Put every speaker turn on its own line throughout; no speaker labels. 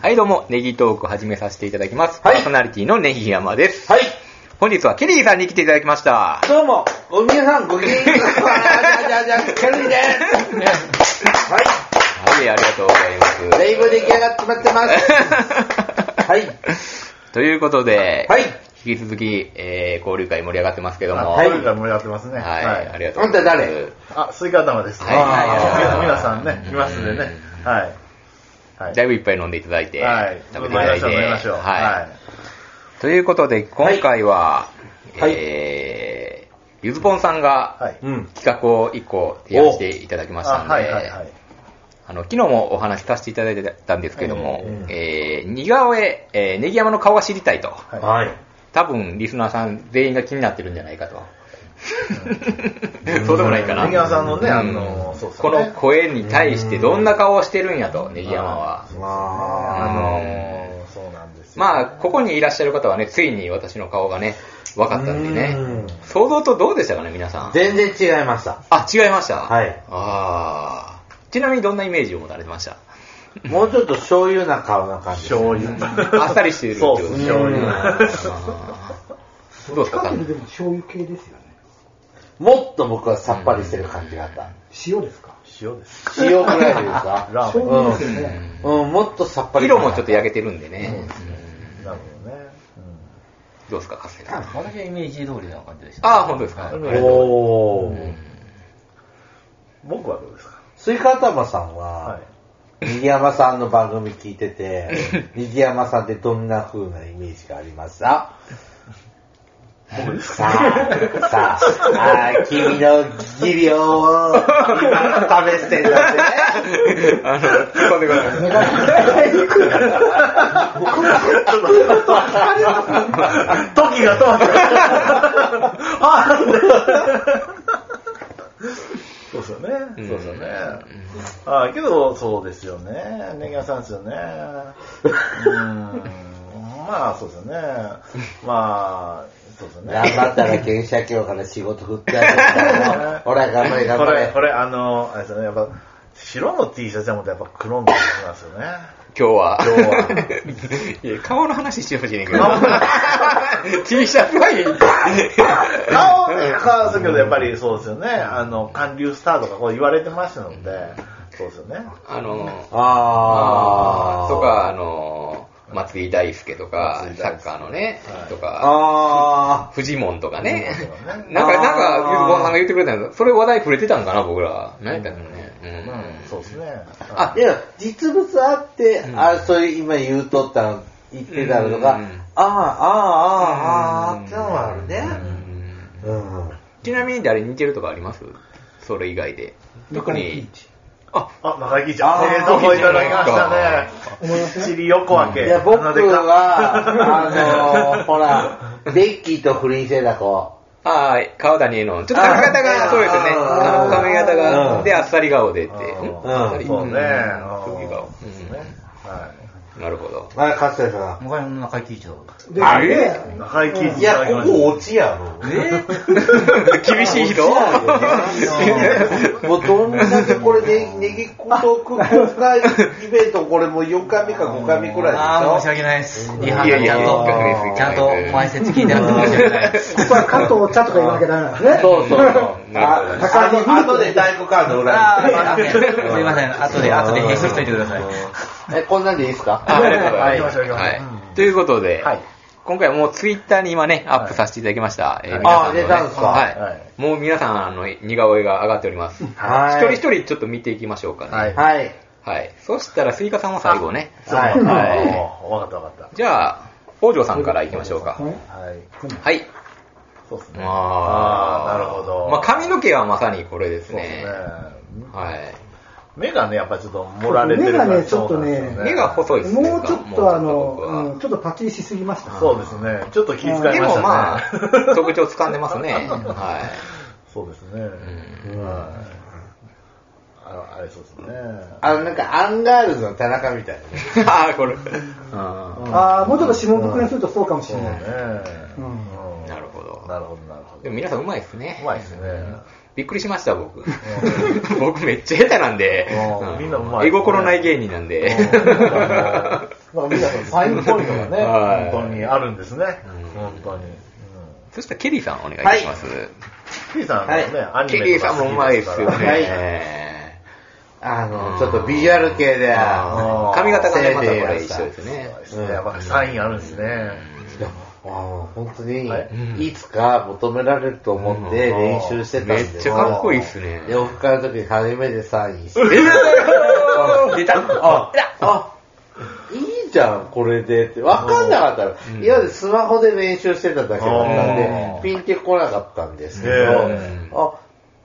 はい、どうも、ネギトーク始めさせていただきます。
はい
パーソナリティのネギ山です。
はい。
本日はケリーさんに来ていただきました。
どうも、皆さんごきげんよう。あじゃあじゃあじゃあ、ケルリーです。は
はい、ありがとうございます。
い。レイブ出来上がって待ってます。はい。
ということで、
はい。
引き続き、えー、交流会盛り上がってますけども。
は
はいい。盛り上がってますね。
はい、ありがとう
あん
ござ
た
います。
誰
あ、スイカ頭です。
はいはい
あ
はい
ー皆さんね
う、ん
いますんでね。はい。はい。
だいぶいっぱい飲んでいただいて、
はい。
食べていただいて。
飲みましょう、飲みましょう。
はい。ということで、今回は、
はい
えー、ゆずぽんさんが、
はい。
うん。。
企画を一個提案していただきました
あ
んで、
はいはいはい。
あの昨日もお話しさせていただいたんですけども、
うん
えー似顔絵、えー、ネギ山の顔が知りたいと、
はい
多分リスナーさん全員が気になってるんじゃないかと。 そうでもないかな。
ネギ山さんのね
う
あのそうそ
こ
うね
の声に対してどんな顔をしてるんやと、ネギ山は。
まあ、
あの
いうんそうなんですよ。
まあ、ここにいらっしゃる方はね、ついに私の顔がね、分かったんでね
うん。
想像とどうでしたかね、皆さん。
全然違いました。
あ、違いました
はい。
ああ。ちなみにどんなイメージを持たれてま した
もうちょっと醤油な顔な感じ。
醤油。
あっさりしてるってこと
そう
で
ですす
ね
醤
あ
油。
ーどうですか、
でも醤油系ですよね。
もっと僕はさっぱりしてる感じがあった。
塩ですか
塩です。
塩ぐらいでいいですか
ラーメン。
醤
なる
油ですよね。
うん、もっとさっぱり。
色もちょっ
っ
と焼けてるんでね。
ほどね。
うんどうですか、カセ
多分私はイメージ通りな感じでした。
ああ、本当ですか。ありがとうござい
おー。
うん僕はどうですか
スイカ頭さん
は
は、
い。
にぎやまさんの番組聞いてて、にぎやまさんってどんな風なイメージがありますかさあ、さあ、ああ君の技量を今試してるんだってね。
ますあの、突っ込んでください。
時が止まった。あそうですよね。そうですよね。あけど、そうですよね。ネギ屋さんですよね。うーん。まあ、そうですよね。まあ、そうですよね。
頑張ったら検査協から仕事振ってあげるから、ほら頑張れ頑
こ
張
れ、
れ
こ。れ、あの、あれですよね。やっぱ、白の T シャツじゃもっとやっぱ黒の T シャツなんですよね。
今日は。
今日は い
や、顔の話してほしいねんけど。T シャツはいい。
顔ね、顔ですけど、やっぱりそうですよね。あの、韓流スターとかこう言われてましたので、そうですよね。
あの、
あー。
とか、あの、松井大輔とか
松、井大輔
サッカーのね
は、い
とか、
あ
フジモンとかね
フジモンとか。ね
なんか、なんか、
あー
ゆずぼさんが言ってくれたんだそれ話題触れてたんかな、僕ら。何やったんだろうね。うん
うん、そうですね。
あ
あ。いや、実物あって、あ、それ今言うとったの、言ってたのが、
うん
ああ、ああ、ああ、ああってのはあるね。うん。
ちなみに誰に似てるとかありますそれ以外で。特に。あ、
あ、中井貴一、あ
あー
ええとこいただきましたね。チリ横分け。
いや、僕
なぜか
は、あの、ほら、ベッキーと不倫してた子。
あー川谷絵音。ちょっと髪型
あ
が、
ー
そうですよね。
あ
あ
ー
の髪型
う
が、
ん
で、あっさり顔でって。
うん
うん
うん
あっさり。
そう
う
ね。
ん
うん
次顔。
そうですね。は
うんなるほど。
あれ、かつてさ
向かいの中井貴一だろう。
で
あれ
い。中井貴一
ん。い
いただ
や、こ
きました
こ落ちや ろ。
厳しい人
もうどんだけこれね、ネギ孤独公開イベント、これもう4回目か5回目くらいでしょ。
ああ、申し訳ないです。リハ
いやい
のち
や
ゃん
せっかくですよ
と、ちゃんと前説聞いてなくて申 し訳ないです。
ここは加藤茶とか言うわけだからね。
そうそうそう。
なるほ
ど
ああの、あとで大工カード裏に
ああ、すいません。後で、後で編集しといてください。
え、こんなんでいいですか
あありがとうござい
行
ま
き
す。
ましょう行きましょう
はい。ということで
はい、
今回はもうツイッターに今ね、アップさせていただきました。えー皆さ
あ
んの
ー
ね
出たんですか
は
はいい。もう皆さん、あの、似顔絵が上がっております。一
は
人
い。
一人ちょっと見ていきましょうかね。
は
はいい。
はい。
そしたら、スイカさんは最後ね。
はい
い。
はい
はい。わかったわかっ
じゃあ、北条さんからいきましょうか。
た。はい。
はい。
そうですね。
あ
あーなるほど
まあ、髪の毛はまさにこれです
そうです
ね。
ね。
はい。
目がね、やっぱちょっと盛られてる感じ
そうですね目がね
そうなん
ちょっとね
ですよ
目が細いですね。
もうちょっとあ
もうちょっと僕は
の、うんちょっとパキリしすぎました。
そうですね。ちょっと気遣いましたね。
でもまあ、特徴掴んでますね。は
そうですね。はい。ああれそうですね。
あの、なんか、アンガールズの田中みたいなね。
い。 ああ、これ。うん
ああ、もうちょっと下僕にするとそうかもし
そう
れ
ね
ない。。
うん
なるほど
なるほど、なるほど。
でも皆さんうまいですね。
うまいですね。
びっくりしました、僕。 僕めっちゃ下手なんで
うん、みんなうまい
絵心ない芸人なんで。
なんかみんなのサインっぽいのが ね、
はい
本当にあるんですね。本当に。うん
そしたらケリーさんお願いいたします。
ケリーさんもね、アニ
ケ
メ
リー
とか
さん
好
もうま
き
い
で
です
か
す
ら。
よね。
はい
えー
あの、ちょっとビジュアル系で、
あー
ー
髪型がね、またこれ一
せいぜい
緒
や
ですね。
そうですねやっぱサインあるんですね。
あの本当に
はい、
いつか求められると思って
うん
練習してたんで
めっちゃかっこいいっすね
で、オフ会の時初めてサインして。
出た
あ、あ、いいじゃん、これでって。わかんなかったら、
うん
今までスマホで練習してただけだったんで
う、ん
ピンってこなかったんですけど
へ、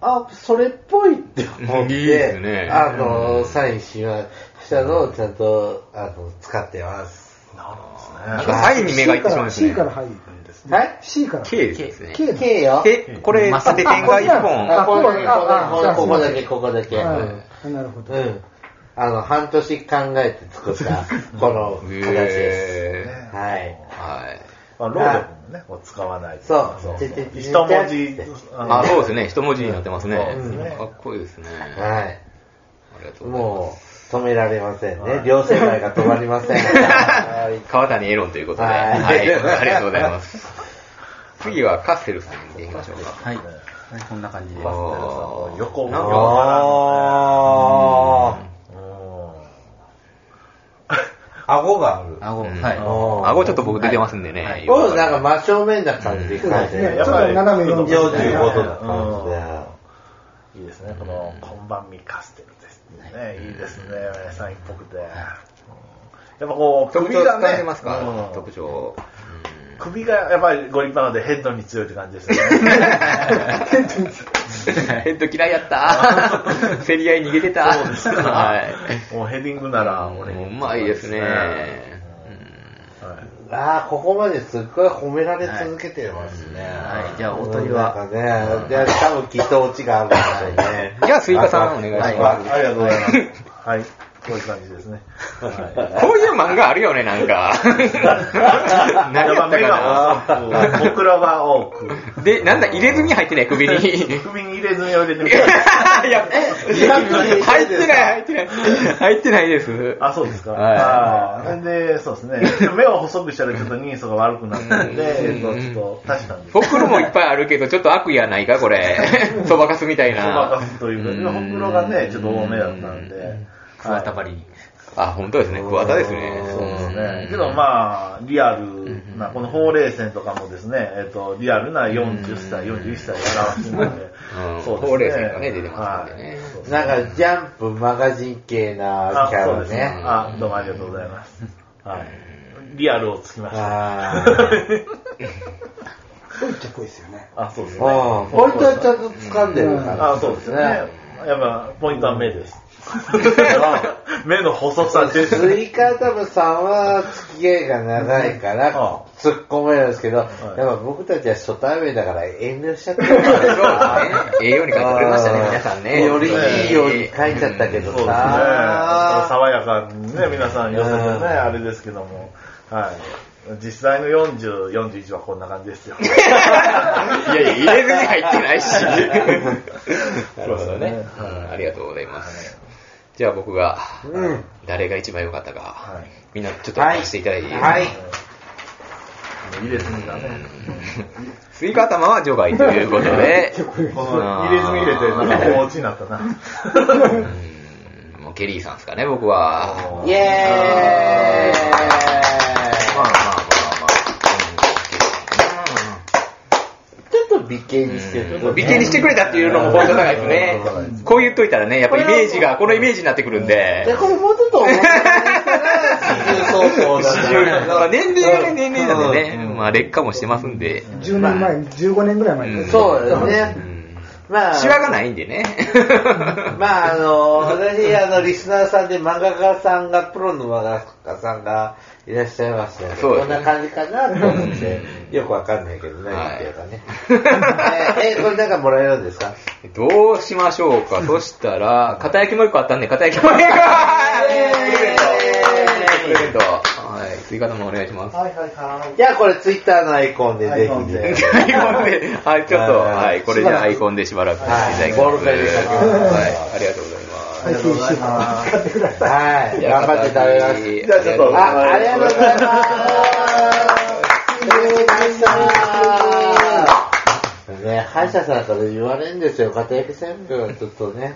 あ、あ、それっぽいって思っ
いいです
て、
ね
あの、サインしましたのをちゃんと、あの、使ってます。
なるんですね。
なんかサインに目がいってしまいますね
C から C から入
はい
る。C から。
K ですね。
K だ
K よ。
で、これ、縦点が1本。
あ、ここだけ、
ああ
ここだけ、ここだけ。うん
はいなるほど。
うん。あの、半年考えて作った、この形です。
へ
はい。
ーはい。
まあ、労力もね、こう使わないと。
そう
そう
てててて
一文字
て、
あ、そう
う
ですね。一文字になってますね
そうですね。
かっこいいですね。あ
はい。
りがとうございます。
もう、止められませんね。両世代が止まりま せん。はい
川谷エロンということで、
は
はいい、ありがとうございます。次はカッセルさんに行きましょうか。
はい。はいこんな感じです。
あー
横
なんか
あ
かうん
ー。顎がある。
顎、はい。
おー
顎ちょっと僕出てますんでね。
はい
こういうのなんか真正面な感じ
そう
感
で
じ
す
で。
ね。
やっ
ちょっと
ぱり
斜
ち
め
ょっと
45度
45度
な
だ。
感じで。
いいですね、この、こんばんみカステルですね。いいですね、サインっぽくて。うんやっぱこう、
特
首
徴
が
使え
ね
てますか、
うん
特徴。
首がやっぱりご立派なのでヘッドに強いって感じですよね。
ヘッド嫌いや った。競り合い逃げてた。は
もうヘディングなら
い。
俺
もううまいですね。
はい
ああ、ここまですっごい褒められ続けてますね。
はいじゃあお問いは
なんかね、で多分きっとオチがあるんでしょうね。
じゃあスイカさんお願いします
ありがとうございます。はい。こういう感じですね。はい
こういう漫画あるよね、なん か。何やった
目
か
が多く、僕らは多く。
な。で、なんだ、入れ墨入ってない、首 に。
首に入れ墨を入れてみ
い
たい。
や、入ってない、入ってない。入ってないです。
あ、そうですか。
はい
あーで、そうですね。目を細くしたらちょっと人相が悪くなったんで、えっと、ちょっと足したんです。
ほくろもいっぱいあるけど、ちょっと悪意はないか、こ れ。そばかすみたい
そば
な
か。すというか、ほくろがね、ちょっと多めだったんで。
クワタバリに。
あ、本当ですね。桑田ですね。
そうですね。けどまあ、リアルな、このほうれい線とかもですね、えっと、リアルな40歳、41歳を表してるので
うん、
そうですね。
ほうれい線がね出てますんでね
はいそうです
なんかジャンプマガジン系な
あ、
キャ
そう
ラ
です
ね
ね。。あ、どうもありがとうございます。はい。リアルをつきました。
あ
そう言っちゃっこいいですよね。
あ、そうです
あ、ああ、ポイントはちゃんと掴んでるから。
あ、そうですね。やっぱ、ポイントは目 です。目の細さです。
スイカダムさんは付き合いが長いから
う
突っ込めるんですけど、やっぱ僕たちは初対面だから遠慮し ちゃってるからね。
ええように書いてくれましたね、皆さんね。
よりいいように書いちゃったけ
そ
ど
うですね。
さ。
爽やかにね、皆さん寄せてね、
うん
あれですけども。はい。実際の40、41はこんな感 じですよ。
いやいや、入れずに入ってないし。なるほどね。
そうですね
うんありがとうございます。じゃあ僕が、
うん
誰が一番良かったか、
はい
みんなちょっと話していただいていいですか
はい。
入れ墨がね。
スイカ頭は除外ということで、
この入れ墨入れて、なんかお家になったな。
うんもうケリーさんですかね、僕は。
イエ
まあまあまあ
ーイ
まあ
ちょっと美形にしてる。
うん美形にしてくれたっていうのもポイント高いですね。こう言っといたらね、やっぱイメージが、このイメージになってくるんで。
で、これもうちょっと重たい から、四十相当だ
40
な
まあ年齢がね、年齢なんでね、まあ劣化もしてますんで。
10年前、15年ぐらい前
う
に
ん。
そうだよ
う
ね。
ん
まあ、
シワがないんで ね。
まああの、私、あの、リスナーさんで漫画家さんが、プロの漫画家さんがいらっしゃいましたけ
そ
ど、
う
こ
です
ん
ね
な感じかなと思って、よくわかんないけど、何言ってるかね。 えーえ、これなんかもらえるんですか
どうしましょう か。そしたら、肩焼きもう一個あったんで、肩焼きもう一個。プレゼント。はい。追加玉お願いし ます。
はいはいはい。
じゃあこれツイッターのアイコンでぜ
アイコン
ひ
で
ね。
アイコンで、はい、ちょっと、
はい
はい、これじゃあアイコンでしばらくしていただきます。
はいボールペンで書きます
はい、ありがとうございます。
はい、九州使ってください。
はい。頑張って食べます。
じゃあちょっと
あ、ありがとうございます。すごいした。ね、歯医者さんから言われるんですよ。片焼きせんべいはちょっとね、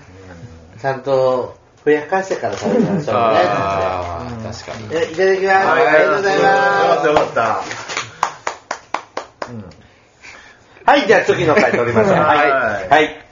ちゃんとふやかしてから食べましょうね。
あー確かに。
えいただきます。
はい、
ありがとうございます。
よかった、よかった。うん。
はい、じゃあ次の回取りましょう。
はい
はい。はい